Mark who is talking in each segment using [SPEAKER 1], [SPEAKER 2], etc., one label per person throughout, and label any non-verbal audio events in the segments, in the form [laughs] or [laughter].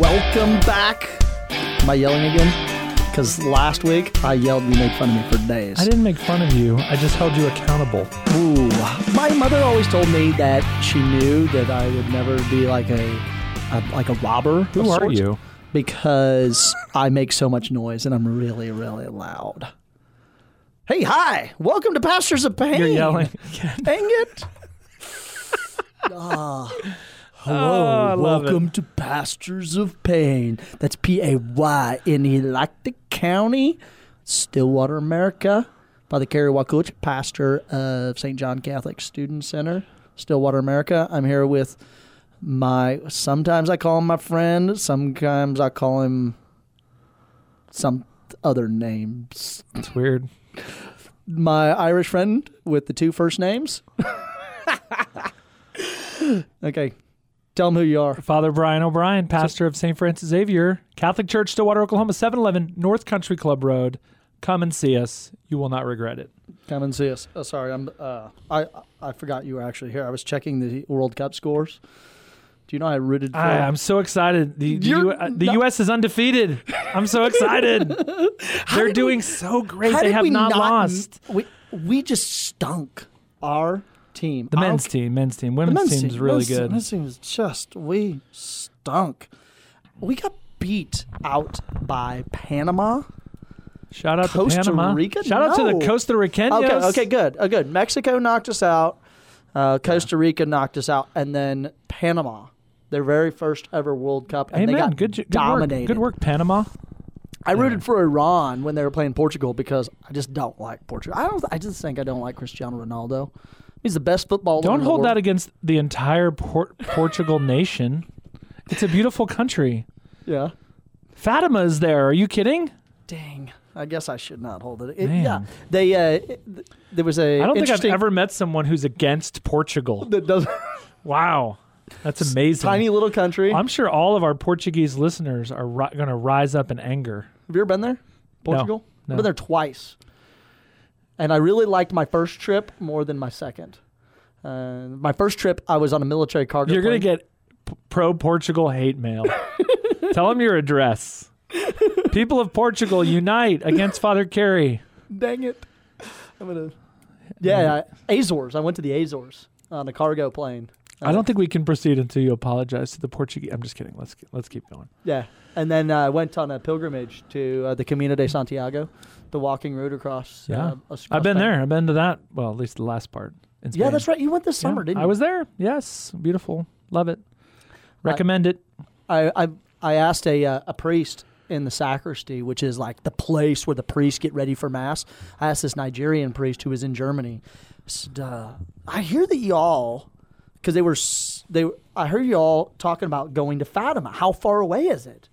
[SPEAKER 1] Welcome back. Am I yelling again? Because last week I yelled and you made fun of me for days.
[SPEAKER 2] I didn't make fun of you. I just held you accountable.
[SPEAKER 1] Ooh. My mother always told me that she knew that I would never be like a, a like a robber.
[SPEAKER 2] Who
[SPEAKER 1] of
[SPEAKER 2] are
[SPEAKER 1] sorts,
[SPEAKER 2] you?
[SPEAKER 1] Because I make so much noise and I'm really, really loud. Hey, hi! Welcome to Pastors of Pain.
[SPEAKER 2] You're yelling.
[SPEAKER 1] Dang [laughs] it! Hello,
[SPEAKER 2] I love
[SPEAKER 1] welcome to Pastors of Pain. That's P A Y in Electric County, Stillwater, America. By the Kerry Wakulich, pastor of St. John Catholic Student Center, Stillwater, America. I'm here with my. Sometimes I call him my friend. Sometimes I call him some other names.
[SPEAKER 2] It's weird.
[SPEAKER 1] My Irish friend with the two first [laughs] names. okay, tell him who you are.
[SPEAKER 2] Father Brian O'Brien, pastor of St. Francis Xavier, Catholic Church, Stillwater, Oklahoma, 711 North Country Club Road. Come and see us. You will not regret it.
[SPEAKER 1] Come and see us. Oh, sorry, I'm. Uh, I I forgot you were actually here. I was checking the World Cup scores. Do you know I rooted for?
[SPEAKER 2] I, I'm so excited. The, the,
[SPEAKER 1] You're
[SPEAKER 2] U- uh, the
[SPEAKER 1] not-
[SPEAKER 2] U.S. is undefeated. I'm so [laughs] excited. They're doing so great.
[SPEAKER 1] How
[SPEAKER 2] They
[SPEAKER 1] did
[SPEAKER 2] have
[SPEAKER 1] we
[SPEAKER 2] not, lost.
[SPEAKER 1] We we just stunk our team.
[SPEAKER 2] The
[SPEAKER 1] Our-
[SPEAKER 2] men's team, men's team, women's
[SPEAKER 1] men's
[SPEAKER 2] team's
[SPEAKER 1] team-
[SPEAKER 2] really
[SPEAKER 1] men's team-
[SPEAKER 2] good.
[SPEAKER 1] Men's team was just we stunk. We got beat out by Panama.
[SPEAKER 2] Shout out
[SPEAKER 1] Costa
[SPEAKER 2] to Panama.
[SPEAKER 1] Rica?
[SPEAKER 2] Shout out to
[SPEAKER 1] No.
[SPEAKER 2] the Costa Ricanos.
[SPEAKER 1] Okay, okay, good. Oh, good. Mexico knocked us out. Uh, Costa Rica knocked us out, and then Panama, their very first ever World Cup, and
[SPEAKER 2] Amen.
[SPEAKER 1] they got
[SPEAKER 2] good, j- good
[SPEAKER 1] dominated.
[SPEAKER 2] Work. Good work, Panama.
[SPEAKER 1] I rooted for Iran when they were playing Portugal because I just don't like Portugal. I don't. I just think I don't like Cristiano Ronaldo. He's the best footballer. in
[SPEAKER 2] Don't hold
[SPEAKER 1] the world.
[SPEAKER 2] that against the entire Por- Portugal nation. It's a beautiful country.
[SPEAKER 1] Yeah.
[SPEAKER 2] Fatima is there. Are you kidding?
[SPEAKER 1] Dang. I guess I should not hold it. It-
[SPEAKER 2] Man.
[SPEAKER 1] yeah. They. Uh, it- th- there was a.
[SPEAKER 2] I don't think I've
[SPEAKER 1] interesting-
[SPEAKER 2] ever met someone who's against Portugal.
[SPEAKER 1] That does [laughs]
[SPEAKER 2] Wow. That's amazing.
[SPEAKER 1] tiny little country.
[SPEAKER 2] I'm sure all of our Portuguese listeners are ri- going to rise up in anger.
[SPEAKER 1] Have you ever been there? Portugal? I've
[SPEAKER 2] no.
[SPEAKER 1] been there twice. And I really liked my first trip more than my second. Uh, my first trip, I was on a military cargo
[SPEAKER 2] You're going
[SPEAKER 1] plane.
[SPEAKER 2] to get p- pro Portugal hate mail. [laughs] Tell them your address. People of Portugal unite against Father Carey.
[SPEAKER 1] Dang it. I'm going to. Yeah, I- Azores. I went to the Azores on a cargo plane. Uh,
[SPEAKER 2] I don't think we can proceed until you apologize to the Portuguese. I'm just kidding. Let's let's keep going.
[SPEAKER 1] Yeah. And then uh, I went on a pilgrimage to uh, the Camino de Santiago, the walking route across.
[SPEAKER 2] Yeah.
[SPEAKER 1] uh, across
[SPEAKER 2] I've been
[SPEAKER 1] Spain.
[SPEAKER 2] there. I've been to that. Well, at least the last part.
[SPEAKER 1] Yeah,
[SPEAKER 2] In Spain.
[SPEAKER 1] that's right. You went this
[SPEAKER 2] Yeah.
[SPEAKER 1] summer, didn't you?
[SPEAKER 2] I was there. Yes, beautiful. Love it. Recommend it.
[SPEAKER 1] I I, I asked a uh, a priest in the sacristy, which is like the place where the priests get ready for mass. I asked this Nigerian priest who was in Germany. I Said, uh, I hear that y'all, because they were s- they were- I heard y'all talking about going to Fatima. How far away is it?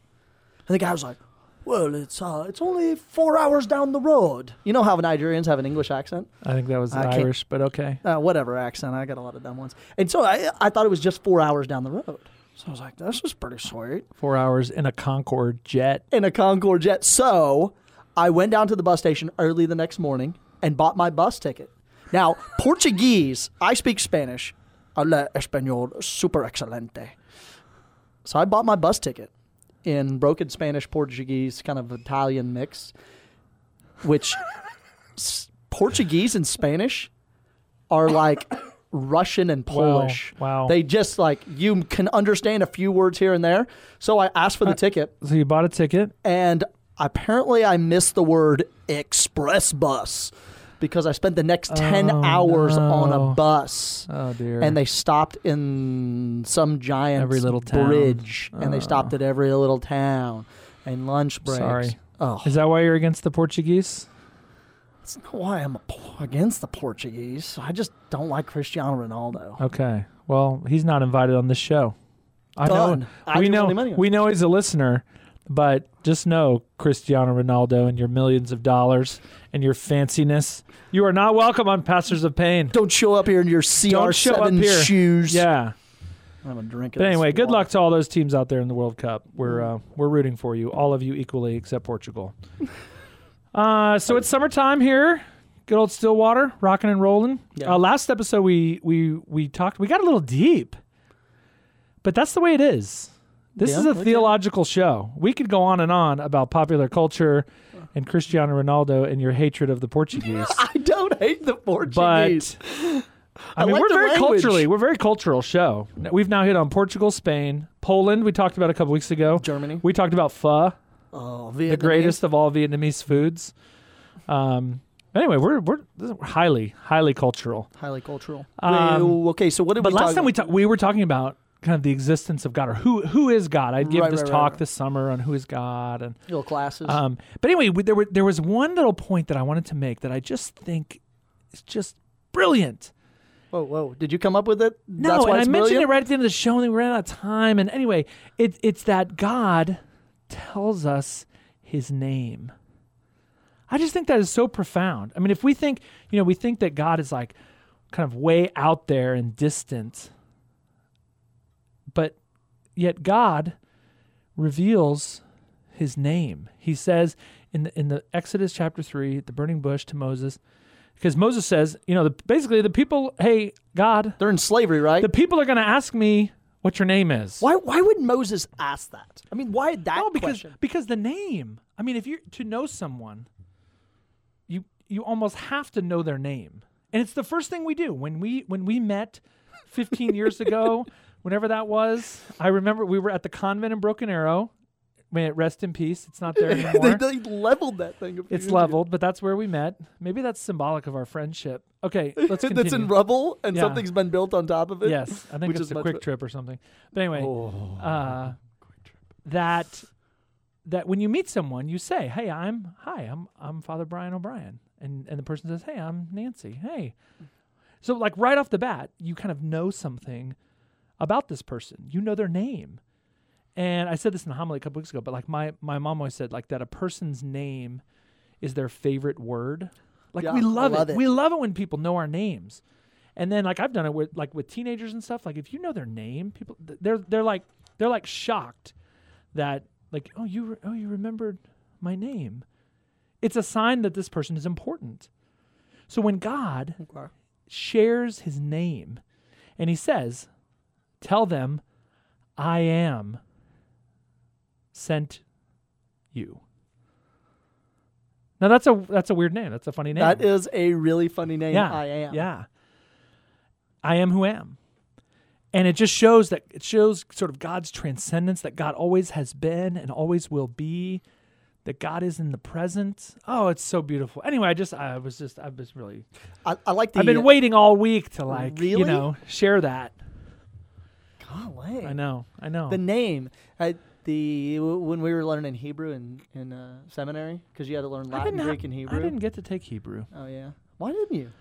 [SPEAKER 1] And the guy was like. Well, it's uh, it's only four hours down the road. You know how Nigerians have an English accent?
[SPEAKER 2] I think that was
[SPEAKER 1] I can't-
[SPEAKER 2] Irish, but okay.
[SPEAKER 1] uh, whatever accent. I got a lot of dumb ones. And so I, I thought it was just four hours down the road. So I was like, this is pretty sweet
[SPEAKER 2] Four hours in a Concorde jet.
[SPEAKER 1] in a Concorde jet. So I went down to the bus station early the next morning and bought my bus ticket. Now, Portuguese, I speak Spanish. Habla español super excelente. So I bought my bus ticket in broken Spanish, Portuguese, kind of Italian mix, which s- Portuguese and Spanish are like [coughs] Russian and Polish.
[SPEAKER 2] wow.
[SPEAKER 1] They just like, you can understand a few words here and there. So I asked for the ticket
[SPEAKER 2] So you bought a ticket.
[SPEAKER 1] and apparently I missed the word express bus because I spent the next 10
[SPEAKER 2] Oh,
[SPEAKER 1] hours on
[SPEAKER 2] no.
[SPEAKER 1] a bus.
[SPEAKER 2] Oh dear.
[SPEAKER 1] And they stopped in some giant
[SPEAKER 2] Every little town.
[SPEAKER 1] bridge, and they
[SPEAKER 2] Oh.
[SPEAKER 1] stopped at every little town and lunch breaks.
[SPEAKER 2] Sorry.
[SPEAKER 1] Oh,
[SPEAKER 2] Is that why you're against the Portuguese?
[SPEAKER 1] that's not why I'm ap- against the Portuguese. I just don't like Cristiano Ronaldo.
[SPEAKER 2] Okay. Well, he's not invited on this show. I know.
[SPEAKER 1] Done. I
[SPEAKER 2] we
[SPEAKER 1] didn't
[SPEAKER 2] know.
[SPEAKER 1] want him anyway.
[SPEAKER 2] We know he's a listener, but just know Cristiano Ronaldo and your millions of dollars and your fanciness. You are not welcome on Pastors of Pain.
[SPEAKER 1] Don't show up here in your
[SPEAKER 2] Don't show up
[SPEAKER 1] CR7
[SPEAKER 2] here.
[SPEAKER 1] shoes.
[SPEAKER 2] Yeah.
[SPEAKER 1] I'm a drinker.
[SPEAKER 2] But anyway, good luck to all those teams out there in the World Cup. We're uh, we're rooting for you, all of you equally,
[SPEAKER 1] [laughs]
[SPEAKER 2] except Portugal. Uh, so it's summertime here. Good old Stillwater, rocking and rolling.
[SPEAKER 1] Yeah.
[SPEAKER 2] Uh, last episode we we we talked. We got a little deep, but that's the way it is. This
[SPEAKER 1] Yeah,
[SPEAKER 2] is a
[SPEAKER 1] okay.
[SPEAKER 2] theological show. We could go on and on about popular culture and Cristiano Ronaldo and your hatred of the Portuguese.
[SPEAKER 1] [laughs] I don't hate the Portuguese.
[SPEAKER 2] but I mean,
[SPEAKER 1] like
[SPEAKER 2] we're
[SPEAKER 1] the
[SPEAKER 2] very
[SPEAKER 1] language.
[SPEAKER 2] culturally, we're a very cultural show. We've now hit on Portugal, Spain, Poland. We talked about a couple weeks ago.
[SPEAKER 1] Germany.
[SPEAKER 2] We talked about pho,
[SPEAKER 1] oh,
[SPEAKER 2] the greatest of all Vietnamese foods. Um. Anyway, we're we're this is highly highly cultural.
[SPEAKER 1] highly cultural.
[SPEAKER 2] Um,
[SPEAKER 1] Well, okay, so what did
[SPEAKER 2] But
[SPEAKER 1] we
[SPEAKER 2] last
[SPEAKER 1] talk
[SPEAKER 2] time we
[SPEAKER 1] about?
[SPEAKER 2] ta- we were talking about kind of the existence of God or who who is God. I gave
[SPEAKER 1] Right,
[SPEAKER 2] this
[SPEAKER 1] right, right,
[SPEAKER 2] talk
[SPEAKER 1] right.
[SPEAKER 2] this summer on who is God and
[SPEAKER 1] little classes?
[SPEAKER 2] um, but anyway, we- there were there was one little point that I wanted to make that I just think is just brilliant.
[SPEAKER 1] whoa, whoa! Did you come up with it?
[SPEAKER 2] No,
[SPEAKER 1] That's why
[SPEAKER 2] and I
[SPEAKER 1] it's
[SPEAKER 2] mentioned it
[SPEAKER 1] brilliant?
[SPEAKER 2] right at the end of the show, and then we ran out of time. And anyway, it, it's that God tells us His name. I just think that is so profound. I mean, if we think, you know, we think that God is like kind of way out there and distant, but yet God reveals His name. He says in the, in the Exodus chapter three, at the burning bush to Moses, because Moses says, you know, the, basically the people, hey God,
[SPEAKER 1] They're in slavery, right?
[SPEAKER 2] the people are going to ask me what your name is.
[SPEAKER 1] why? Why would Moses ask that? I mean, why that
[SPEAKER 2] No, because
[SPEAKER 1] question?
[SPEAKER 2] because the name. I mean, if you're to know someone, you you almost have to know their name, and it's the first thing we do when we when we met,
[SPEAKER 1] [laughs]
[SPEAKER 2] 15 years ago, whenever that was. I remember we were at the convent in Broken Arrow. May it rest in peace. It's not there
[SPEAKER 1] [laughs]
[SPEAKER 2] anymore.
[SPEAKER 1] they, they leveled that thing. a few years
[SPEAKER 2] it's
[SPEAKER 1] ago.
[SPEAKER 2] leveled, but that's where we met. Maybe that's symbolic of our friendship.
[SPEAKER 1] [laughs]
[SPEAKER 2] Okay, let's continue.
[SPEAKER 1] That's in rubble, and
[SPEAKER 2] Yeah.
[SPEAKER 1] something's been built on top of it.
[SPEAKER 2] yes, I think
[SPEAKER 1] which
[SPEAKER 2] it's
[SPEAKER 1] is
[SPEAKER 2] a
[SPEAKER 1] much
[SPEAKER 2] quick
[SPEAKER 1] bet-
[SPEAKER 2] trip or something. But anyway,
[SPEAKER 1] Oh.
[SPEAKER 2] uh, that that when you meet someone, you say, "Hey, I'm hi, I'm I'm Father Brian O'Brien," and and the person says, "Hey, I'm Nancy." Hey, so like right off the bat, you kind of know something about this person. You know their name, and I said this in a homily a couple weeks ago, but like my my mom always said like that a person's name is their favorite word. Like
[SPEAKER 1] Yeah,
[SPEAKER 2] we
[SPEAKER 1] I
[SPEAKER 2] love,
[SPEAKER 1] love it.
[SPEAKER 2] We love it when people know our names. And then like I've done it with like with teenagers and stuff. Like if you know their name, people th- they're they're like they're like shocked that like oh you re- oh you remembered my name. It's a sign that this person is important. So when God
[SPEAKER 1] Okay.
[SPEAKER 2] shares his name and he says, Tell them I am sent you. Now that's a that's a weird name. That's a funny name.
[SPEAKER 1] That is a really funny name.
[SPEAKER 2] yeah,
[SPEAKER 1] I am.
[SPEAKER 2] Yeah. I am who am. And it just shows that it shows sort of God's transcendence that God always has been and always will be, that God is in the present. Oh, it's so beautiful. Anyway, I just I was just I was really
[SPEAKER 1] I, I like the. uh,
[SPEAKER 2] I've been waiting all week to like
[SPEAKER 1] Really?
[SPEAKER 2] you know share that.
[SPEAKER 1] Golly.
[SPEAKER 2] I know, I know.
[SPEAKER 1] the name I, the when we were learning Hebrew in in uh, seminary because you had to learn
[SPEAKER 2] I
[SPEAKER 1] Latin,
[SPEAKER 2] didn't ha-
[SPEAKER 1] Greek, and Hebrew.
[SPEAKER 2] I didn't get to take Hebrew.
[SPEAKER 1] Oh yeah, why didn't you?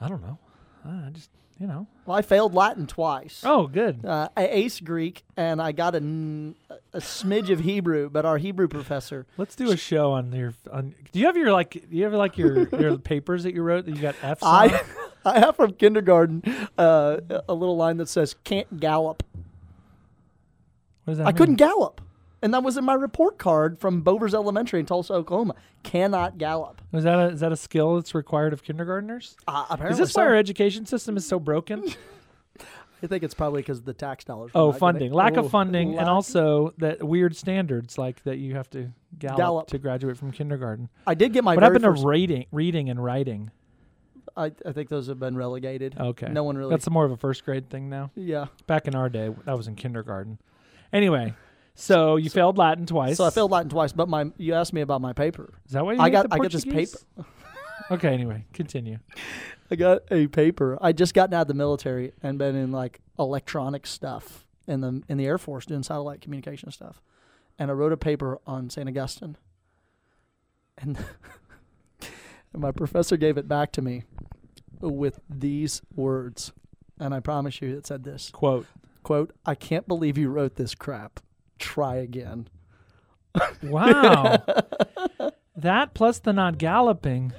[SPEAKER 2] I don't know. Uh, I I just you know.
[SPEAKER 1] Well, I failed Latin twice.
[SPEAKER 2] Oh, good.
[SPEAKER 1] Uh, I aced Greek and I got a, n- a smidge of Hebrew, but our Hebrew professor,
[SPEAKER 2] Let's do a show on your on. Do you have your like? Do you have like your [laughs] your papers that you wrote that you got F's on?
[SPEAKER 1] I, [laughs] I have from kindergarten uh, a little line that says "can't gallop."
[SPEAKER 2] What does that
[SPEAKER 1] I,
[SPEAKER 2] mean?
[SPEAKER 1] couldn't gallop, and that was in my report card from Bovers Elementary in Tulsa, Oklahoma. Cannot gallop.
[SPEAKER 2] Is that a, is that a skill that's required of kindergartners?
[SPEAKER 1] Uh, apparently,
[SPEAKER 2] Is this
[SPEAKER 1] so.
[SPEAKER 2] why our education system is so [laughs] broken?
[SPEAKER 1] I think it's probably because the tax dollars. were
[SPEAKER 2] Oh,
[SPEAKER 1] not gonna-
[SPEAKER 2] funding, lack
[SPEAKER 1] Ooh,
[SPEAKER 2] of funding,
[SPEAKER 1] lack-
[SPEAKER 2] and also that weird standards like that you have to gallop,
[SPEAKER 1] Gallop.
[SPEAKER 2] to graduate from kindergarten.
[SPEAKER 1] I did get my.
[SPEAKER 2] What
[SPEAKER 1] very
[SPEAKER 2] happened to
[SPEAKER 1] first-
[SPEAKER 2] reading, reading and writing?
[SPEAKER 1] I, I think those have been relegated.
[SPEAKER 2] Okay,
[SPEAKER 1] No one really.
[SPEAKER 2] That's more of a first grade thing now.
[SPEAKER 1] yeah.
[SPEAKER 2] Back in our day, that was in kindergarten. Anyway, so you failed Latin twice.
[SPEAKER 1] So I failed Latin twice, but my you asked me about my paper.
[SPEAKER 2] Is that why you
[SPEAKER 1] I
[SPEAKER 2] hate
[SPEAKER 1] got
[SPEAKER 2] the
[SPEAKER 1] I got this
[SPEAKER 2] Portuguese?
[SPEAKER 1] paper.
[SPEAKER 2] [laughs] Okay. Anyway, continue.
[SPEAKER 1] I got a paper. I just gotten out of the military and been in like electronic stuff in the in the Air Force doing satellite communication stuff, and I wrote a paper on Saint Augustine, and, [laughs] and my professor gave it back to me with these words, and I promise you it said this.
[SPEAKER 2] Quote.
[SPEAKER 1] quote i can't believe you wrote this crap try again [laughs]
[SPEAKER 2] Wow. that plus the not galloping.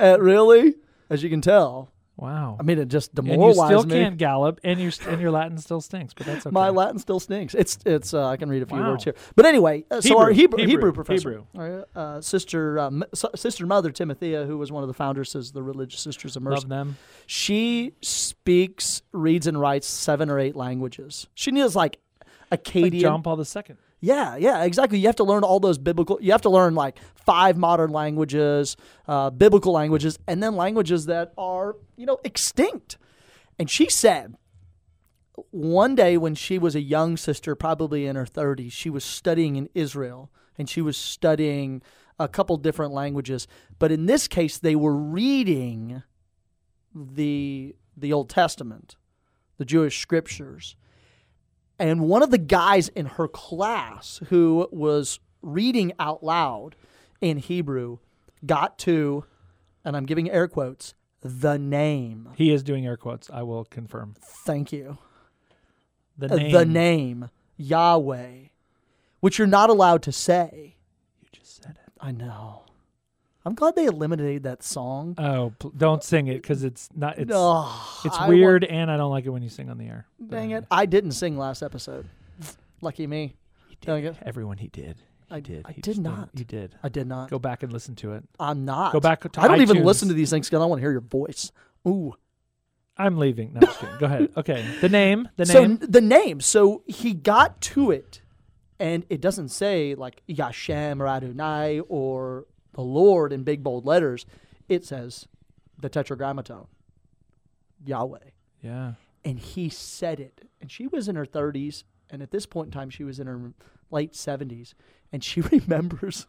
[SPEAKER 1] uh, really as you can tell
[SPEAKER 2] Wow.
[SPEAKER 1] i mean it just
[SPEAKER 2] and you
[SPEAKER 1] demoralized
[SPEAKER 2] still
[SPEAKER 1] me
[SPEAKER 2] can't gallop, and your and your Latin still stinks, but that's okay.
[SPEAKER 1] my latin still stinks it's it's uh, i can read a few
[SPEAKER 2] Wow.
[SPEAKER 1] words here but anyway uh, so our
[SPEAKER 2] Hebrew,
[SPEAKER 1] hebrew,
[SPEAKER 2] Hebrew,
[SPEAKER 1] hebrew, professor
[SPEAKER 2] Hebrew.
[SPEAKER 1] our, uh, sister um, s- sister mother timothea who was one of the founders of the religious sisters of mercy
[SPEAKER 2] Love them.
[SPEAKER 1] she speaks reads and writes seven or eight languages she knows like
[SPEAKER 2] Like
[SPEAKER 1] Akkadian.
[SPEAKER 2] John Paul II.
[SPEAKER 1] Yeah, yeah, exactly. You have to learn all those biblical. You have to learn like five modern languages, uh, biblical languages, and then languages that are you know extinct. And she said, one day when she was a young sister, probably in her thirties, she was studying in Israel, and she was studying a couple different languages. But in this case, they were reading the the Old Testament, the Jewish scriptures. And one of the guys in her class who was reading out loud in Hebrew got to, and I'm giving air quotes, the name.
[SPEAKER 2] He is doing air quotes. I will confirm
[SPEAKER 1] Thank you.
[SPEAKER 2] the
[SPEAKER 1] Uh,
[SPEAKER 2] name.
[SPEAKER 1] The name, Yahweh, which you're not allowed to say.
[SPEAKER 2] You just said it.
[SPEAKER 1] I know. I'm glad they eliminated that song.
[SPEAKER 2] Oh, pl- don't sing it because it's not. It's
[SPEAKER 1] Ugh,
[SPEAKER 2] it's
[SPEAKER 1] I wa-
[SPEAKER 2] weird, and I don't like it when you sing on the air.
[SPEAKER 1] dang it. I didn't sing last episode. [sniffs] Lucky me. Dang it.
[SPEAKER 2] um, Everyone, he did. He
[SPEAKER 1] I-
[SPEAKER 2] did.
[SPEAKER 1] I
[SPEAKER 2] He
[SPEAKER 1] did
[SPEAKER 2] just went-
[SPEAKER 1] not.
[SPEAKER 2] You did.
[SPEAKER 1] I did not.
[SPEAKER 2] Go back and listen to it.
[SPEAKER 1] I'm not.
[SPEAKER 2] Go back to
[SPEAKER 1] I don't even
[SPEAKER 2] iTunes.
[SPEAKER 1] listen to these things because I want to hear your voice. Ooh.
[SPEAKER 2] I'm leaving. No, I'm just kidding.
[SPEAKER 1] [laughs]
[SPEAKER 2] Go ahead. Okay. The name. The
[SPEAKER 1] so
[SPEAKER 2] name.
[SPEAKER 1] n- the name. So he got to it, and it doesn't say like Yashem or Adonai or the Lord in big bold letters. It says the Tetragrammaton, Yahweh,
[SPEAKER 2] Yeah.
[SPEAKER 1] and he said it. And she was in her thirties, and at this point in time, she was in her late seventies, and she [laughs] remembers.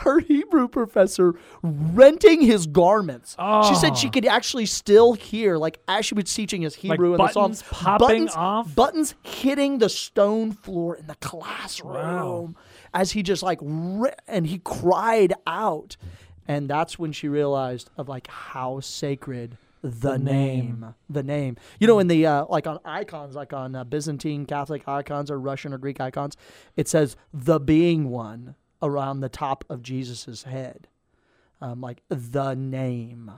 [SPEAKER 1] Her Hebrew professor renting his garments. She
[SPEAKER 2] Oh.
[SPEAKER 1] said she could actually still hear, like as she was teaching his
[SPEAKER 2] Like
[SPEAKER 1] Hebrew and the Psalms,
[SPEAKER 2] buttons popping
[SPEAKER 1] buttons-
[SPEAKER 2] off.
[SPEAKER 1] buttons hitting the stone floor in the classroom
[SPEAKER 2] Wow.
[SPEAKER 1] as he just like ri- and he cried out and that's when she realized of like how sacred the, name.
[SPEAKER 2] name.
[SPEAKER 1] the name you know in the uh, like on icons like on uh, byzantine catholic icons or russian or greek icons it says the being one around the top of jesus's head um, like the name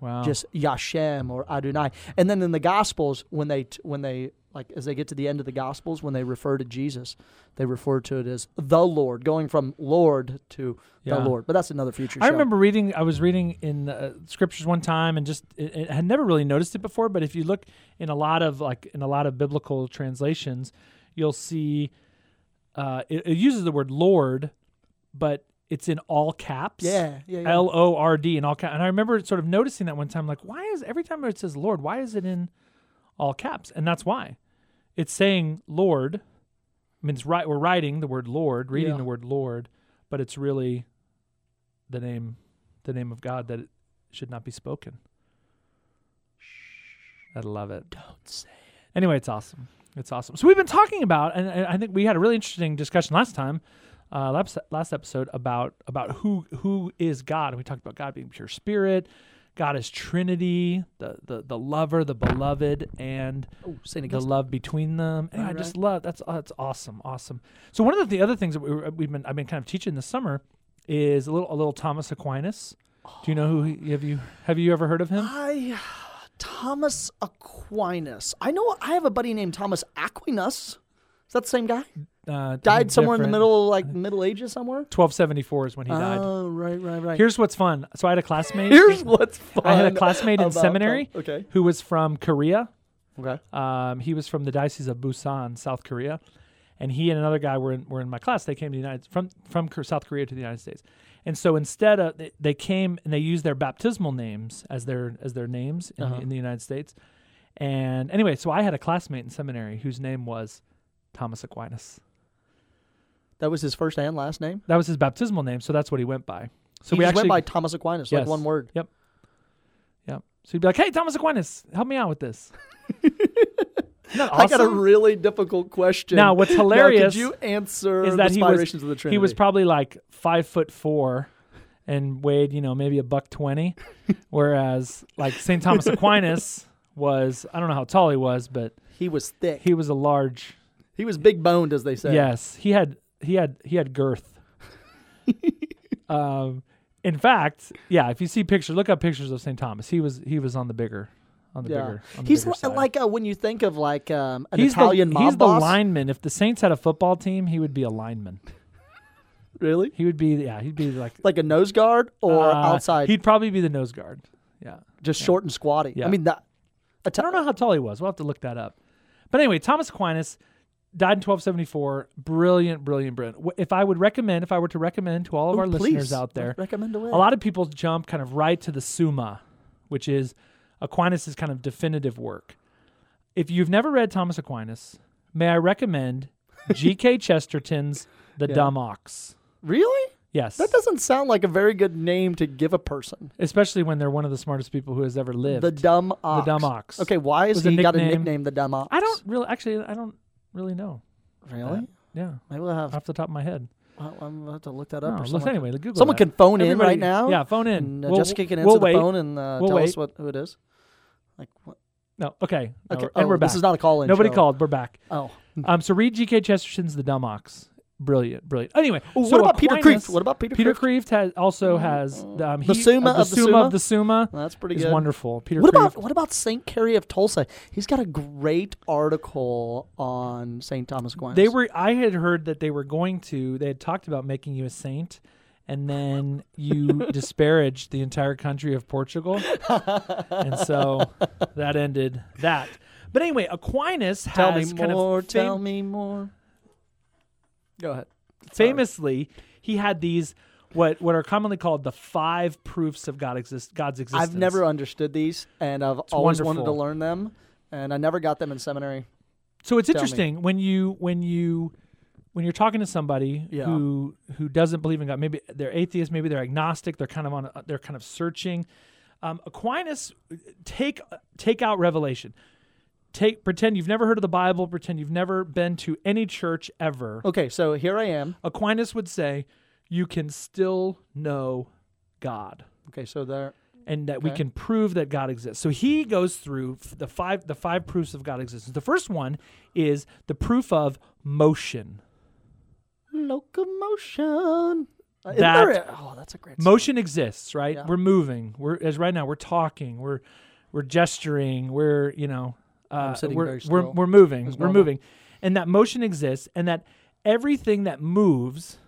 [SPEAKER 2] Wow.
[SPEAKER 1] just Yashem or Adonai. And then in the Gospels, when they when they like as they get to the end of the Gospels, when they refer to Jesus, they refer to it as the Lord, going from Lord to
[SPEAKER 2] Yeah.
[SPEAKER 1] the Lord. But that's another future.
[SPEAKER 2] I
[SPEAKER 1] show.
[SPEAKER 2] remember reading. I was reading in uh, scriptures one time, and just it, it had never really noticed it before. But if you look in a lot of like in a lot of biblical translations, you'll see uh, it, it uses the word Lord, but it's in all caps.
[SPEAKER 1] Yeah, yeah, yeah.
[SPEAKER 2] L O R D in all caps. And I remember sort of noticing that one time, like, why is every time it says Lord, why is it in all caps? And that's why it's saying Lord. I mean, it's right. We're writing the word Lord, reading
[SPEAKER 1] Yeah.
[SPEAKER 2] the word Lord, but it's really the name, the name of God that it should not be spoken. I love it.
[SPEAKER 1] Don't say
[SPEAKER 2] Anyway, it's awesome. It's awesome. So we've been talking about, and, and I think we had a really interesting discussion last time, uh, last, last episode about about who who is God, and we talked about God being pure spirit, God is Trinity, the the the lover, the beloved, and
[SPEAKER 1] Oh, Saint
[SPEAKER 2] the
[SPEAKER 1] Augustine.
[SPEAKER 2] love between them. And
[SPEAKER 1] Right,
[SPEAKER 2] I just love that's uh, that's awesome, awesome. So one of the, the other things that we were, we've been I've been kind of teaching this summer is a little a little Thomas Aquinas. Do you know who he, have you have you ever heard of him?
[SPEAKER 1] I Thomas Aquinas. I know I have a buddy named Thomas Aquinas. Is that the same guy?
[SPEAKER 2] Uh,
[SPEAKER 1] Died somewhere in the
[SPEAKER 2] different-
[SPEAKER 1] middle, like Middle Ages somewhere.
[SPEAKER 2] 1274 is when he died.
[SPEAKER 1] Oh, right, right, [laughs] right.
[SPEAKER 2] Here's what's fun. So I had a classmate.
[SPEAKER 1] Here's what's fun.
[SPEAKER 2] I had a classmate in
[SPEAKER 1] about-
[SPEAKER 2] seminary
[SPEAKER 1] Okay.
[SPEAKER 2] who was from Korea.
[SPEAKER 1] Okay.
[SPEAKER 2] Um, he was from the diocese of Busan, South Korea, and he and another guy were in, were in my class. They came to the United from from K- South Korea to the United States, and so instead of they, they came and they used their baptismal names as their as their names in,
[SPEAKER 1] Uh-huh.
[SPEAKER 2] the, in the United States. And anyway, so I had a classmate in seminary whose name was Thomas Aquinas.
[SPEAKER 1] That was his first and last name.
[SPEAKER 2] That was his baptismal name, so that's what he went by. So
[SPEAKER 1] he
[SPEAKER 2] we
[SPEAKER 1] just
[SPEAKER 2] actually
[SPEAKER 1] went by Thomas Aquinas, like
[SPEAKER 2] Yes.
[SPEAKER 1] one word.
[SPEAKER 2] Yep. Yep. So you'd be like, "Hey, Thomas Aquinas, help me out
[SPEAKER 1] [laughs]
[SPEAKER 2] with this." Isn't that
[SPEAKER 1] I got a
[SPEAKER 2] awesome?
[SPEAKER 1] really difficult question. [laughs]
[SPEAKER 2] Now, what's
[SPEAKER 1] could
[SPEAKER 2] hilarious
[SPEAKER 1] you answer
[SPEAKER 2] is that
[SPEAKER 1] the
[SPEAKER 2] he was-
[SPEAKER 1] spirations of the Trinity?
[SPEAKER 2] he was probably like five foot four and weighed, you know, maybe a
[SPEAKER 1] [laughs]
[SPEAKER 2] buck twenty, whereas like Saint Thomas Aquinas was I don't know how tall he was, but
[SPEAKER 1] he was thick. He,
[SPEAKER 2] he was a large.
[SPEAKER 1] was big boned, as they say.
[SPEAKER 2] Yes, he had he had he
[SPEAKER 1] [laughs]
[SPEAKER 2] had girth. um, in fact, yeah, if you see pictures, look up pictures of Saint Thomas. He was he was on the bigger, on the
[SPEAKER 1] Yeah.
[SPEAKER 2] bigger. On the
[SPEAKER 1] he's
[SPEAKER 2] bigger
[SPEAKER 1] li-
[SPEAKER 2] side.
[SPEAKER 1] like uh, when you think of like um, an Italian
[SPEAKER 2] the,
[SPEAKER 1] mob
[SPEAKER 2] he's
[SPEAKER 1] boss.
[SPEAKER 2] the lineman. If the Saints had a football team, he would be a lineman.
[SPEAKER 1] Really?
[SPEAKER 2] He would be yeah, he'd be like
[SPEAKER 1] Like a nose guard or
[SPEAKER 2] uh,
[SPEAKER 1] outside,
[SPEAKER 2] He'd probably be the nose guard. Yeah.
[SPEAKER 1] just short and squatty. I
[SPEAKER 2] Yeah.
[SPEAKER 1] mean, that.
[SPEAKER 2] I don't know how tall he was. We'll have to look that up. But anyway, Thomas Aquinas died in 1274. Brilliant, brilliant, brilliant. W- If I would recommend, if I were to recommend to all of
[SPEAKER 1] Ooh,
[SPEAKER 2] our
[SPEAKER 1] please,
[SPEAKER 2] listeners out there,
[SPEAKER 1] recommend away.
[SPEAKER 2] a lot of people jump kind of right to the Summa, which is Aquinas' kind of definitive work. If you've never read Thomas Aquinas, may I recommend
[SPEAKER 1] [laughs]
[SPEAKER 2] G.K. Chesterton's The
[SPEAKER 1] Yeah.
[SPEAKER 2] Dumb Ox?
[SPEAKER 1] Really?
[SPEAKER 2] Yes.
[SPEAKER 1] That doesn't sound like a very good name to give a person.
[SPEAKER 2] Especially when they're one of the smartest people who has ever lived.
[SPEAKER 1] The dumb ox.
[SPEAKER 2] dumb ox.
[SPEAKER 1] Okay, why has
[SPEAKER 2] was a
[SPEAKER 1] he got a
[SPEAKER 2] nickname.
[SPEAKER 1] nickname? The dumb ox.
[SPEAKER 2] I don't really, actually, I don't really know.
[SPEAKER 1] really.
[SPEAKER 2] that. Yeah,
[SPEAKER 1] Maybe we'll have.
[SPEAKER 2] off the top of my head.
[SPEAKER 1] I'll, I'll have to look that
[SPEAKER 2] Uh,
[SPEAKER 1] up.
[SPEAKER 2] No,
[SPEAKER 1] or
[SPEAKER 2] let's-
[SPEAKER 1] someone,
[SPEAKER 2] anyway, Google
[SPEAKER 1] someone
[SPEAKER 2] that.
[SPEAKER 1] can phone
[SPEAKER 2] Everybody-
[SPEAKER 1] in right now.
[SPEAKER 2] Yeah, phone in.
[SPEAKER 1] And, uh,
[SPEAKER 2] We'll-
[SPEAKER 1] Jessica can answer
[SPEAKER 2] we'll
[SPEAKER 1] the
[SPEAKER 2] wait.
[SPEAKER 1] phone and uh,
[SPEAKER 2] We'll
[SPEAKER 1] tell
[SPEAKER 2] wait.
[SPEAKER 1] us what who it is. Like what?
[SPEAKER 2] No, okay. No,
[SPEAKER 1] Okay,
[SPEAKER 2] and
[SPEAKER 1] oh,
[SPEAKER 2] we're back.
[SPEAKER 1] This is not a call in.
[SPEAKER 2] Nobody called. We're back.
[SPEAKER 1] Oh,
[SPEAKER 2] Um, so read G.K. Chesterton's The Dumb Ox. Brilliant, brilliant. Anyway,
[SPEAKER 1] Ooh,
[SPEAKER 2] so
[SPEAKER 1] what about Peter
[SPEAKER 2] Aquinas-
[SPEAKER 1] Kreeft? What about Peter,
[SPEAKER 2] Peter
[SPEAKER 1] Kreeft?
[SPEAKER 2] Kreeft has also has um, he,
[SPEAKER 1] The Summa
[SPEAKER 2] uh, the
[SPEAKER 1] of the
[SPEAKER 2] Summa
[SPEAKER 1] Summa?
[SPEAKER 2] of the Summa
[SPEAKER 1] That's pretty
[SPEAKER 2] is
[SPEAKER 1] good.
[SPEAKER 2] wonderful. Peter
[SPEAKER 1] What
[SPEAKER 2] Kreeft.
[SPEAKER 1] about what about Saint Cary of Tulsa? He's got a great article on Saint Thomas Aquinas.
[SPEAKER 2] they were? I had heard that they were going to. They had talked about making you a saint, and then you
[SPEAKER 1] [laughs]
[SPEAKER 2] disparaged the entire country of Portugal, and so that ended that. But anyway, Aquinas
[SPEAKER 1] tell me
[SPEAKER 2] has kind
[SPEAKER 1] more.
[SPEAKER 2] of fam-
[SPEAKER 1] tell me more. Go ahead.
[SPEAKER 2] famously he had these what what are commonly called the five proofs of God exist God's existence.
[SPEAKER 1] I've never understood these, and I've always wanted to
[SPEAKER 2] wonderful.
[SPEAKER 1] learn them, and I never got them in seminary.
[SPEAKER 2] So it's
[SPEAKER 1] Tell me.
[SPEAKER 2] interesting when you when you when you're talking to somebody
[SPEAKER 1] Yeah.
[SPEAKER 2] who who doesn't believe in God, maybe they're atheist, maybe they're agnostic, they're kind of on a, they're kind of searching. Um, Aquinas take take out revelation. Take pretend you've never heard of the Bible, pretend you've never been to any church ever.
[SPEAKER 1] Okay, so here I am.
[SPEAKER 2] Aquinas would say you can still know God.
[SPEAKER 1] Okay, so there.
[SPEAKER 2] and that we
[SPEAKER 1] Okay.
[SPEAKER 2] can prove that God exists. So he goes through f- the five the five proofs of God existence. The first one is the proof of motion.
[SPEAKER 1] Locomotion. Uh, isn't
[SPEAKER 2] That-
[SPEAKER 1] there a- oh, that's a great. song.
[SPEAKER 2] Motion exists, right?
[SPEAKER 1] Yeah.
[SPEAKER 2] We're moving. We're as right now we're talking. We're we're gesturing. We're you know uh,
[SPEAKER 1] sitting
[SPEAKER 2] we're,
[SPEAKER 1] very
[SPEAKER 2] we're
[SPEAKER 1] still.
[SPEAKER 2] we're moving.
[SPEAKER 1] That's
[SPEAKER 2] We're
[SPEAKER 1] normal.
[SPEAKER 2] moving, and that motion exists, and that everything that moves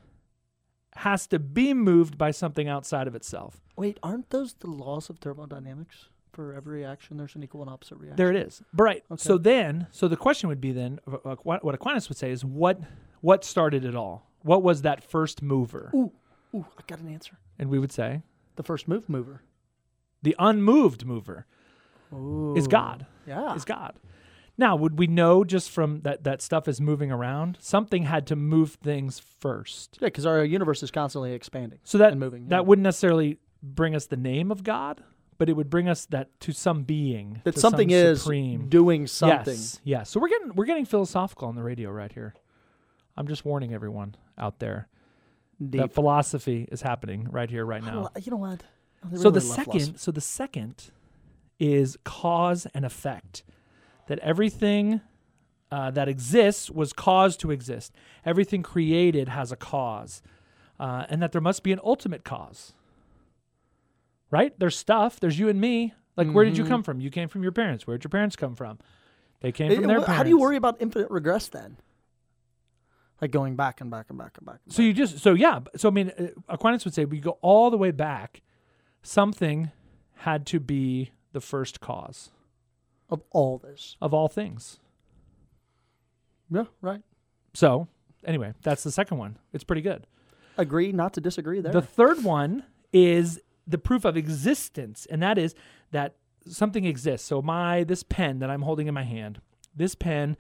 [SPEAKER 2] has to be moved by something outside of itself.
[SPEAKER 1] Wait, aren't those the laws of thermodynamics? For every action, there's an equal and opposite reaction.
[SPEAKER 2] There it is. But right. So then, so the question would be then, uh, uh, what what Aquinas would say is what what started it all? What was that first mover?
[SPEAKER 1] Ooh, ooh, I got an answer.
[SPEAKER 2] And we would say
[SPEAKER 1] The first move mover
[SPEAKER 2] the unmoved mover is
[SPEAKER 1] Ooh.
[SPEAKER 2] God.
[SPEAKER 1] Yeah.
[SPEAKER 2] Is God. Now, would we know just from that that stuff is moving around? Something had to move things first.
[SPEAKER 1] Yeah, because our universe is constantly expanding.
[SPEAKER 2] So that
[SPEAKER 1] And moving, yeah.
[SPEAKER 2] that wouldn't necessarily bring us the name of God, but it would bring us that to some being
[SPEAKER 1] That
[SPEAKER 2] to some
[SPEAKER 1] something is
[SPEAKER 2] supreme.
[SPEAKER 1] doing something.
[SPEAKER 2] Yes, yes. So we're getting we're getting philosophical on the radio right here. I'm just warning everyone out there that
[SPEAKER 1] deep.
[SPEAKER 2] philosophy is happening right here, right now.
[SPEAKER 1] You know what? I
[SPEAKER 2] so
[SPEAKER 1] really
[SPEAKER 2] the
[SPEAKER 1] love
[SPEAKER 2] second,
[SPEAKER 1] philosophy.
[SPEAKER 2] so the second is cause and effect. That everything uh, that exists was caused to exist. Everything created has a cause, uh, and that there must be an ultimate cause. Right? There's stuff. There's you and me. Like, where did you
[SPEAKER 1] Mm-hmm.
[SPEAKER 2] come from? You came from your parents. Where did your parents come from? They came
[SPEAKER 1] It-
[SPEAKER 2] from their
[SPEAKER 1] wh-
[SPEAKER 2] parents.
[SPEAKER 1] Eh, How do you worry about infinite regress then? Like going back and back and back and back. and
[SPEAKER 2] So you just so yeah. b- So I mean, uh, Aquinas would say we go all the way back. Something had to be the first cause
[SPEAKER 1] back. of all this.
[SPEAKER 2] of all things.
[SPEAKER 1] Yeah, right.
[SPEAKER 2] So anyway, that's the second one. It's pretty good.
[SPEAKER 1] Agree, not to disagree there.
[SPEAKER 2] The third one is the proof of existence, and that is that something exists. So my this pen that I'm holding in my hand, this pen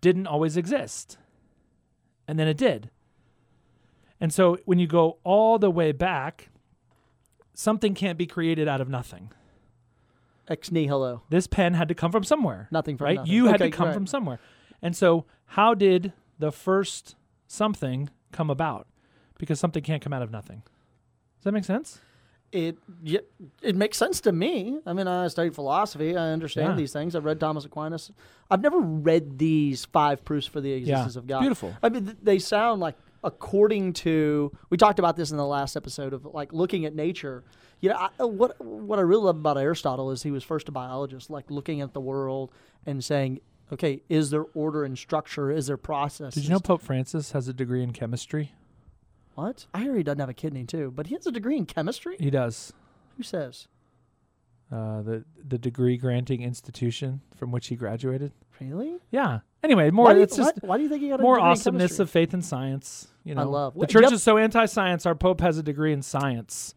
[SPEAKER 2] didn't always exist. And then it did. And so when you go all the way back, something can't be created out of nothing.
[SPEAKER 1] Ex nihilo.
[SPEAKER 2] This pen had to come from somewhere.
[SPEAKER 1] Nothing from
[SPEAKER 2] right?
[SPEAKER 1] nothing.
[SPEAKER 2] You had
[SPEAKER 1] Okay,
[SPEAKER 2] to come
[SPEAKER 1] right.
[SPEAKER 2] from somewhere. And so how did the first something come about? Because something can't come out of nothing. Does that make sense?
[SPEAKER 1] It y- it makes sense to me. I mean, I studied philosophy. I understand
[SPEAKER 2] Yeah.
[SPEAKER 1] these things. I've read Thomas Aquinas. I've never read these five proofs for the existence of God.
[SPEAKER 2] Beautiful.
[SPEAKER 1] I mean, th- they sound like according to we talked about this in the last episode of like looking at nature. You know I, what what I really love about Aristotle is he was first a biologist, like looking at the world and saying, okay, is there order and structure? Is there process?
[SPEAKER 2] Did you know Pope Francis has a degree in chemistry?
[SPEAKER 1] what? I hear he doesn't have a kidney too, but he has a degree in chemistry.
[SPEAKER 2] He does.
[SPEAKER 1] Who says?
[SPEAKER 2] Uh, the the degree granting institution from which he graduated.
[SPEAKER 1] Really?
[SPEAKER 2] Yeah, Anyway, more
[SPEAKER 1] why, do you,
[SPEAKER 2] it's just
[SPEAKER 1] why, why do you think he got a
[SPEAKER 2] more
[SPEAKER 1] degree in
[SPEAKER 2] awesomeness
[SPEAKER 1] chemistry?
[SPEAKER 2] of faith and science. You know,
[SPEAKER 1] I love-
[SPEAKER 2] the
[SPEAKER 1] Wait,
[SPEAKER 2] church
[SPEAKER 1] yep.
[SPEAKER 2] is so anti-science. Our pope has a degree in science.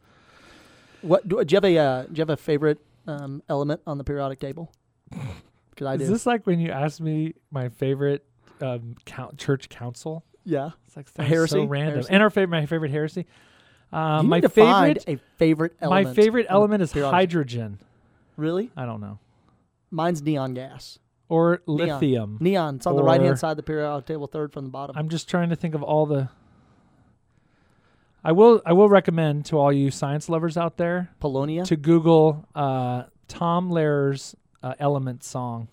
[SPEAKER 1] What do, do you have a uh, do you have a favorite um, element on the periodic table? Because I do.
[SPEAKER 2] is this like when you asked me my favorite um, count, church council?
[SPEAKER 1] yeah.
[SPEAKER 2] It's like sounds
[SPEAKER 1] Heresy?
[SPEAKER 2] so random.
[SPEAKER 1] Heresy?
[SPEAKER 2] And our favorite, my favorite heresy. Uh,
[SPEAKER 1] you
[SPEAKER 2] my
[SPEAKER 1] need to
[SPEAKER 2] favorite,
[SPEAKER 1] find a favorite element.
[SPEAKER 2] my favorite
[SPEAKER 1] on the
[SPEAKER 2] element is
[SPEAKER 1] periodic-
[SPEAKER 2] hydrogen.
[SPEAKER 1] Really?
[SPEAKER 2] I don't know,
[SPEAKER 1] Mine's neon gas.
[SPEAKER 2] or
[SPEAKER 1] Neon.
[SPEAKER 2] lithium.
[SPEAKER 1] Neon. It's on the right
[SPEAKER 2] Or-
[SPEAKER 1] hand side of the periodic table, third from the bottom.
[SPEAKER 2] I'm just trying to think of all the. I will. I will recommend to all you science lovers out there
[SPEAKER 1] Polonia.
[SPEAKER 2] to Google uh, Tom Lehrer's uh,
[SPEAKER 1] [laughs]
[SPEAKER 2] Element song.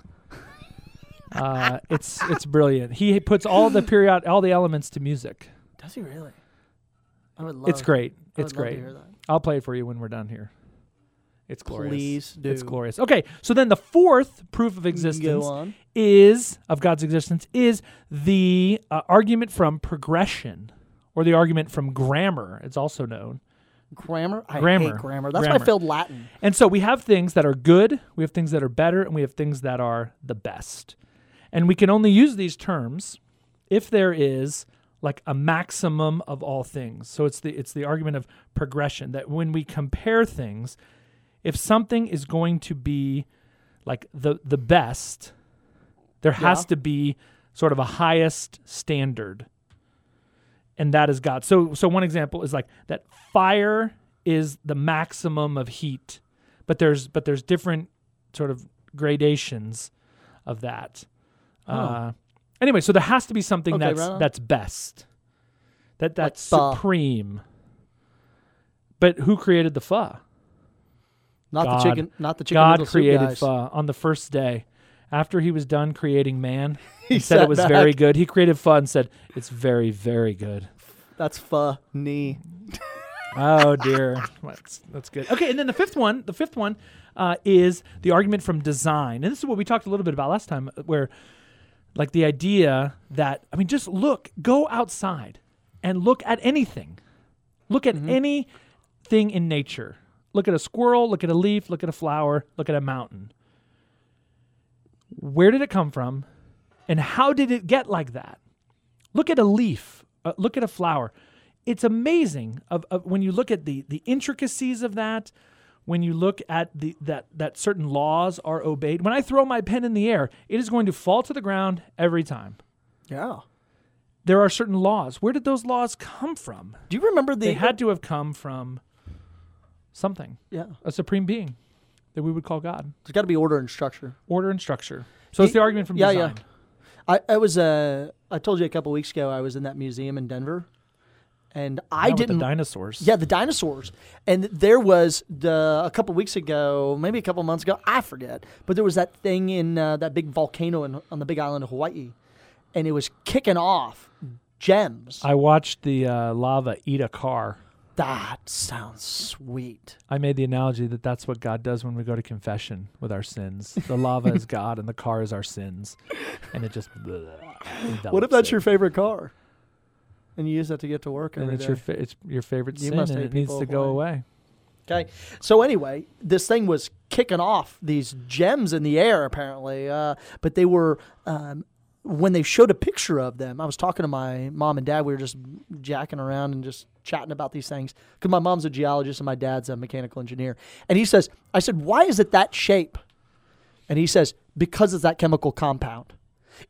[SPEAKER 2] uh, it's it's brilliant. He puts all the period all the elements to music.
[SPEAKER 1] Does he really? I would love.
[SPEAKER 2] It's great.
[SPEAKER 1] I would
[SPEAKER 2] It's
[SPEAKER 1] love to
[SPEAKER 2] great.
[SPEAKER 1] hear that.
[SPEAKER 2] I'll play it for you when we're done here. It's glorious.
[SPEAKER 1] Please do.
[SPEAKER 2] It's glorious. Okay, so then the fourth proof of
[SPEAKER 1] Go
[SPEAKER 2] existence
[SPEAKER 1] on.
[SPEAKER 2] is of God's existence is the uh, argument from progression or the argument from grammar. It's also known.
[SPEAKER 1] Grammar. I
[SPEAKER 2] Grammar.
[SPEAKER 1] hate grammar. That's why
[SPEAKER 2] Grammar.
[SPEAKER 1] I failed Latin.
[SPEAKER 2] And so we have things that are good, we have things that are better, and we have things that are the best. And we can only use these terms if there is like a maximum of all things. So it's the it's the argument of progression that when we compare things, if something is going to be like the the best, there has
[SPEAKER 1] Yeah.
[SPEAKER 2] to be sort of a highest standard. And that is God. So so one example is like that fire is the maximum of heat, but there's but there's different sort of gradations of that. Uh, anyway, so there has to be something
[SPEAKER 1] Oh. Okay,
[SPEAKER 2] that's
[SPEAKER 1] right on.
[SPEAKER 2] that's best. That that's
[SPEAKER 1] pho.
[SPEAKER 2] supreme. But who created the pho?
[SPEAKER 1] Not
[SPEAKER 2] God.
[SPEAKER 1] the chicken. Not the chicken.
[SPEAKER 2] God
[SPEAKER 1] noodle soup
[SPEAKER 2] created
[SPEAKER 1] guys.
[SPEAKER 2] pho on the first day. After he was done creating man,
[SPEAKER 1] [laughs]
[SPEAKER 2] he,
[SPEAKER 1] He
[SPEAKER 2] said it
[SPEAKER 1] sat
[SPEAKER 2] was
[SPEAKER 1] back.
[SPEAKER 2] very good. He created pho and said, It's very, very good.
[SPEAKER 1] That's funny.
[SPEAKER 2] Oh dear, [laughs] that's that's good. Okay, and then the fifth one, the fifth one, uh, is the argument from design, and this is what we talked a little bit about last time, uh, where like the idea that I mean, just look, go outside and look at anything, look at anything in nature. Look at a squirrel, look at a leaf, look at a flower, look at a mountain. Where did it come from, and how did it get like that? look at a leaf uh, look at a flower it's amazing of, of when you look at the the intricacies of that when you look at the that that certain laws are obeyed when i throw my pen in the air it is going to fall to the ground every time
[SPEAKER 1] Yeah.
[SPEAKER 2] there are certain laws where did those laws come from
[SPEAKER 1] Do you remember the?
[SPEAKER 2] they had to have come from something
[SPEAKER 1] yeah.
[SPEAKER 2] a supreme being that we would call god
[SPEAKER 1] There's got to be order and structure.
[SPEAKER 2] order and structure so it's the argument from
[SPEAKER 1] yeah, yeah.
[SPEAKER 2] design
[SPEAKER 1] I, I was uh I told you a couple weeks ago I was in that museum in Denver, and I
[SPEAKER 2] Not with
[SPEAKER 1] didn't.
[SPEAKER 2] the dinosaurs
[SPEAKER 1] yeah, the dinosaurs, and there was the a couple weeks ago, maybe a couple months ago, I forget, but there was that thing in uh, that big volcano in, on the Big Island of Hawaii, and it was kicking off gems.
[SPEAKER 2] i watched the uh, lava eat a car
[SPEAKER 1] that sounds sweet.
[SPEAKER 2] I made the analogy that that's what God does when we go to confession with our sins. The lava
[SPEAKER 1] [laughs]
[SPEAKER 2] is God and the car is our sins. And it just.
[SPEAKER 1] What if that's your favorite car, and you use that to get to work
[SPEAKER 2] And
[SPEAKER 1] every
[SPEAKER 2] it's
[SPEAKER 1] day?
[SPEAKER 2] your, fa- it's your favorite
[SPEAKER 1] You
[SPEAKER 2] sin
[SPEAKER 1] must
[SPEAKER 2] and
[SPEAKER 1] hate
[SPEAKER 2] it needs
[SPEAKER 1] people
[SPEAKER 2] to
[SPEAKER 1] of
[SPEAKER 2] go away.
[SPEAKER 1] Okay. So anyway, this thing was kicking off these gems in the air, apparently. Uh, but they were um, when they showed a picture of them. I was talking to my mom and dad. We were just jacking around and just chatting about these things because my mom's a geologist and my dad's a mechanical engineer. And he says, "I said, why is it that shape?" And he says, "Because it's that chemical compound."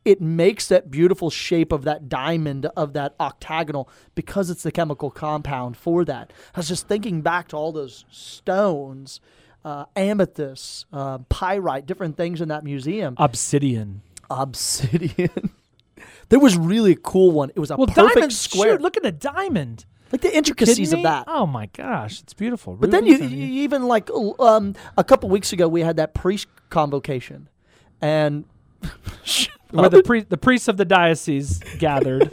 [SPEAKER 1] It makes that beautiful shape of that diamond, of that octagonal, because it's the chemical compound for that. I was just thinking back to all those stones, uh, amethyst, uh, pyrite, different things in that museum.
[SPEAKER 2] Obsidian.
[SPEAKER 1] Obsidian. [laughs] there was really a cool one. It was a
[SPEAKER 2] Well,
[SPEAKER 1] perfect
[SPEAKER 2] diamonds.
[SPEAKER 1] square.
[SPEAKER 2] Shoot, look at the diamond.
[SPEAKER 1] like the
[SPEAKER 2] Kidding
[SPEAKER 1] intricacies of
[SPEAKER 2] me?
[SPEAKER 1] that.
[SPEAKER 2] Oh my gosh, it's beautiful.
[SPEAKER 1] But then you, you even like l- um, a couple weeks ago, we had that priest convocation, and [laughs]
[SPEAKER 2] Where the, pri- the priests of
[SPEAKER 1] [laughs]
[SPEAKER 2] the diocese gathered.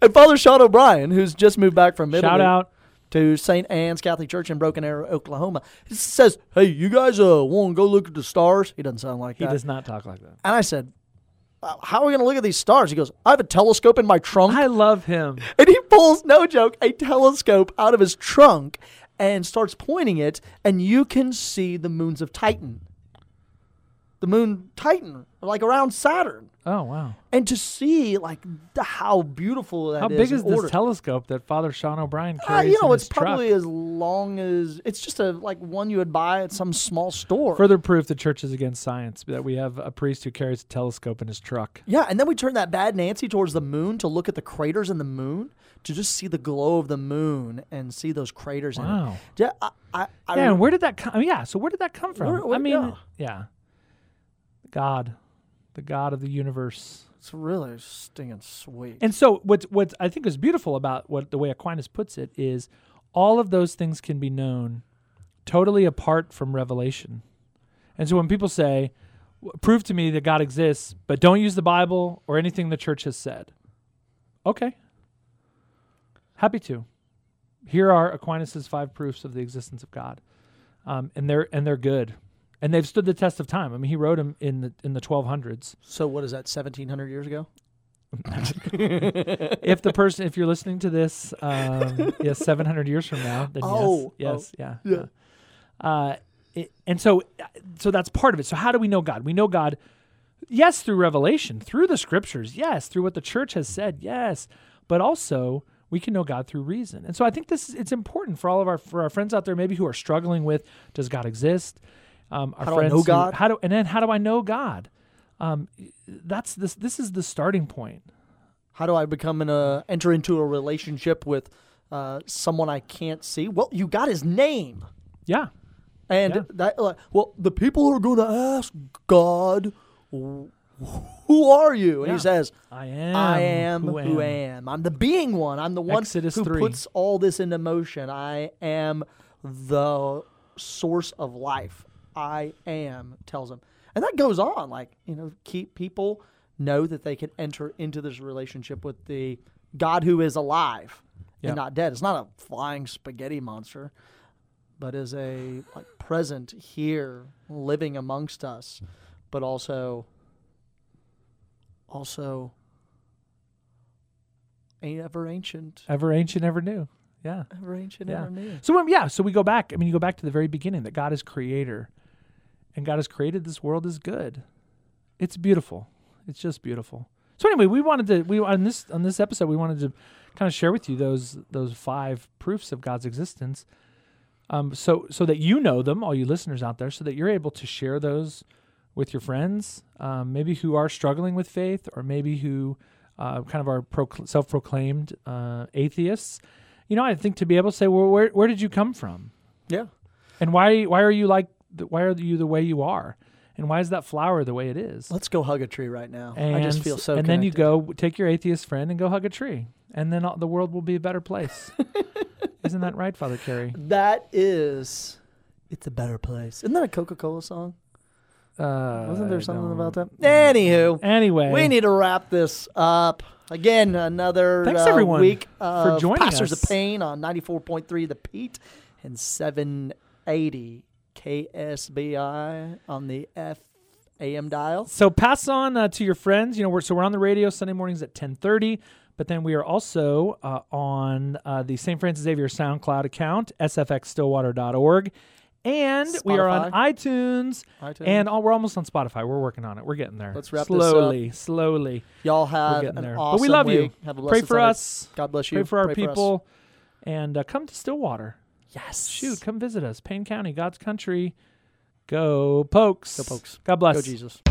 [SPEAKER 1] and Father Sean O'Brien, who's just moved back from Italy,
[SPEAKER 2] Shout out.
[SPEAKER 1] to St. Anne's Catholic Church in Broken Arrow, Oklahoma. He says, "Hey, you guys, uh, want to go look at the stars?" He doesn't sound like
[SPEAKER 2] He
[SPEAKER 1] that.
[SPEAKER 2] does not talk like that.
[SPEAKER 1] And I said, "Uh, "How are we going to look at these stars?" He goes, "I have a telescope in my trunk,"
[SPEAKER 2] I love him.
[SPEAKER 1] and he pulls, no joke, a telescope out of his trunk and starts pointing it, and you can see the moons of Titan. the moon Titan, like around Saturn,
[SPEAKER 2] Oh wow!
[SPEAKER 1] and to see like the, how beautiful that
[SPEAKER 2] How
[SPEAKER 1] is
[SPEAKER 2] big
[SPEAKER 1] in
[SPEAKER 2] is this
[SPEAKER 1] order.
[SPEAKER 2] telescope that Father Sean O'Brien
[SPEAKER 1] Uh,
[SPEAKER 2] carries?
[SPEAKER 1] you know,
[SPEAKER 2] in
[SPEAKER 1] it's
[SPEAKER 2] his truck?
[SPEAKER 1] probably as long as it's just a like one you would buy at some small store.
[SPEAKER 2] further proof the church is against science that we have a priest who carries a telescope in his truck.
[SPEAKER 1] yeah, and then we turn that bad Nancy towards the moon to look at the craters in the moon to just see the glow of the moon and see those craters. In
[SPEAKER 2] Wow.
[SPEAKER 1] it. Yeah, I, I, I
[SPEAKER 2] Yeah, and where did that come? Yeah, so where did that come from?
[SPEAKER 1] Where- where-
[SPEAKER 2] I mean,
[SPEAKER 1] yeah.
[SPEAKER 2] yeah, God, the God of the universe.
[SPEAKER 1] it's really stinking sweet.
[SPEAKER 2] And so what's what I think is beautiful about what the way Aquinas puts it is all of those things can be known totally apart from revelation. And so when people say "W- prove to me that God exists, but don't use the Bible or anything the church has said. Okay. Happy to. Here are Aquinas' five proofs of the existence of God. Um, and they're and they're good. And they've stood the test of time. I mean, he wrote them in the in the 1200s.
[SPEAKER 1] so what is that? Seventeen hundred years ago?
[SPEAKER 2] if the person, if you're listening to this, um,
[SPEAKER 1] [laughs]
[SPEAKER 2] yes, 700 years from now, then
[SPEAKER 1] Oh, oh,
[SPEAKER 2] yes, yes, yeah,
[SPEAKER 1] yeah.
[SPEAKER 2] yeah. Uh, it, and so, so that's part of it. So, how do we know God? We know God, yes, through revelation, through the scriptures, yes, through what the church has said, yes, but also we can know God through reason. And so, I think this is, it's important for all of our for our friends out there, maybe who are struggling with does God exist? Um, our
[SPEAKER 1] How do I
[SPEAKER 2] friends
[SPEAKER 1] know
[SPEAKER 2] who-
[SPEAKER 1] God?
[SPEAKER 2] how do and then how do I know God? Um, that's this. This is the starting point.
[SPEAKER 1] How do I become in a enter into a relationship with uh, someone I can't see? Well, you got his name,
[SPEAKER 2] Yeah.
[SPEAKER 1] and
[SPEAKER 2] Yeah.
[SPEAKER 1] that like, well, the people are going to ask God, "Wh- who are you? And
[SPEAKER 2] Yeah.
[SPEAKER 1] he says,
[SPEAKER 2] I am.
[SPEAKER 1] I am who, am. I'm the being one. I'm the one
[SPEAKER 2] Exodus
[SPEAKER 1] who
[SPEAKER 2] 3.
[SPEAKER 1] puts all this into motion. I am the source of life. I am tells him, and that goes on. Like you know, keep people know that they can enter into this relationship with the God who is alive
[SPEAKER 2] Yeah.
[SPEAKER 1] and not dead. It's not a flying spaghetti monster, but is a like present here, living amongst us, but also also ain't ever ancient,
[SPEAKER 2] Ever ancient, ever new. Yeah.
[SPEAKER 1] ever ancient,
[SPEAKER 2] Yeah.
[SPEAKER 1] ever new.
[SPEAKER 2] So um, yeah. So we go back. I mean, you go back to the very beginning that God is creator, and God has created this world is good. It's beautiful. It's just beautiful. So anyway, we wanted to we on this on this episode we wanted to kind of share with you those those five proofs of God's existence. Um, so so that you know them, all you listeners out there, so that you're able to share those with your friends, um, maybe who are struggling with faith, or maybe who uh, kind of are procl- self-proclaimed uh, atheists. You know, I think to be able to say, well, where where did you come from,
[SPEAKER 1] Yeah.
[SPEAKER 2] and why why are you like th- why are you the way you are, and why is that flower the way it is?
[SPEAKER 1] Let's go hug a tree right now.
[SPEAKER 2] And,
[SPEAKER 1] I just feel so
[SPEAKER 2] And then you
[SPEAKER 1] connected.
[SPEAKER 2] go take your atheist friend and go hug a tree, and then all, the world will be a
[SPEAKER 1] [laughs]
[SPEAKER 2] better place. Isn't that right, Father Carey?
[SPEAKER 1] That is it's a better place. Isn't that a Coca-Cola song?
[SPEAKER 2] Uh,
[SPEAKER 1] Wasn't
[SPEAKER 2] I
[SPEAKER 1] there something
[SPEAKER 2] don't-
[SPEAKER 1] about that? Anywho,
[SPEAKER 2] Anyway,
[SPEAKER 1] we need to wrap this up. Again, another
[SPEAKER 2] Thanks,
[SPEAKER 1] uh,
[SPEAKER 2] everyone,
[SPEAKER 1] week
[SPEAKER 2] for
[SPEAKER 1] of
[SPEAKER 2] joining
[SPEAKER 1] Pastors
[SPEAKER 2] us.
[SPEAKER 1] of Pain on 94.3 The Pete and 780 KSBI on the F AM dial.
[SPEAKER 2] So pass on uh, to your friends. You know, we're so we're on the radio Sunday mornings at ten thirty, but then we are also uh, on uh, the St. Francis Xavier SoundCloud account, sfxstillwater.org. And we are on iTunes,
[SPEAKER 1] iTunes.
[SPEAKER 2] and all, we're almost on Spotify. We're working on it. We're getting there.
[SPEAKER 1] Let's wrap this up.
[SPEAKER 2] slowly, slowly.
[SPEAKER 1] Y'all
[SPEAKER 2] We're
[SPEAKER 1] have
[SPEAKER 2] getting
[SPEAKER 1] an
[SPEAKER 2] there.
[SPEAKER 1] awesome
[SPEAKER 2] but we love
[SPEAKER 1] week.
[SPEAKER 2] you.
[SPEAKER 1] Have a
[SPEAKER 2] Pray
[SPEAKER 1] blessed
[SPEAKER 2] for
[SPEAKER 1] Sunday.
[SPEAKER 2] us.
[SPEAKER 1] God bless you.
[SPEAKER 2] Pray for our
[SPEAKER 1] us.
[SPEAKER 2] people, and uh, come to Stillwater.
[SPEAKER 1] yes.
[SPEAKER 2] Shoot, come visit us, Payne County, God's country. Go Pokes.
[SPEAKER 1] Go Pokes.
[SPEAKER 2] God bless.
[SPEAKER 1] Go Jesus.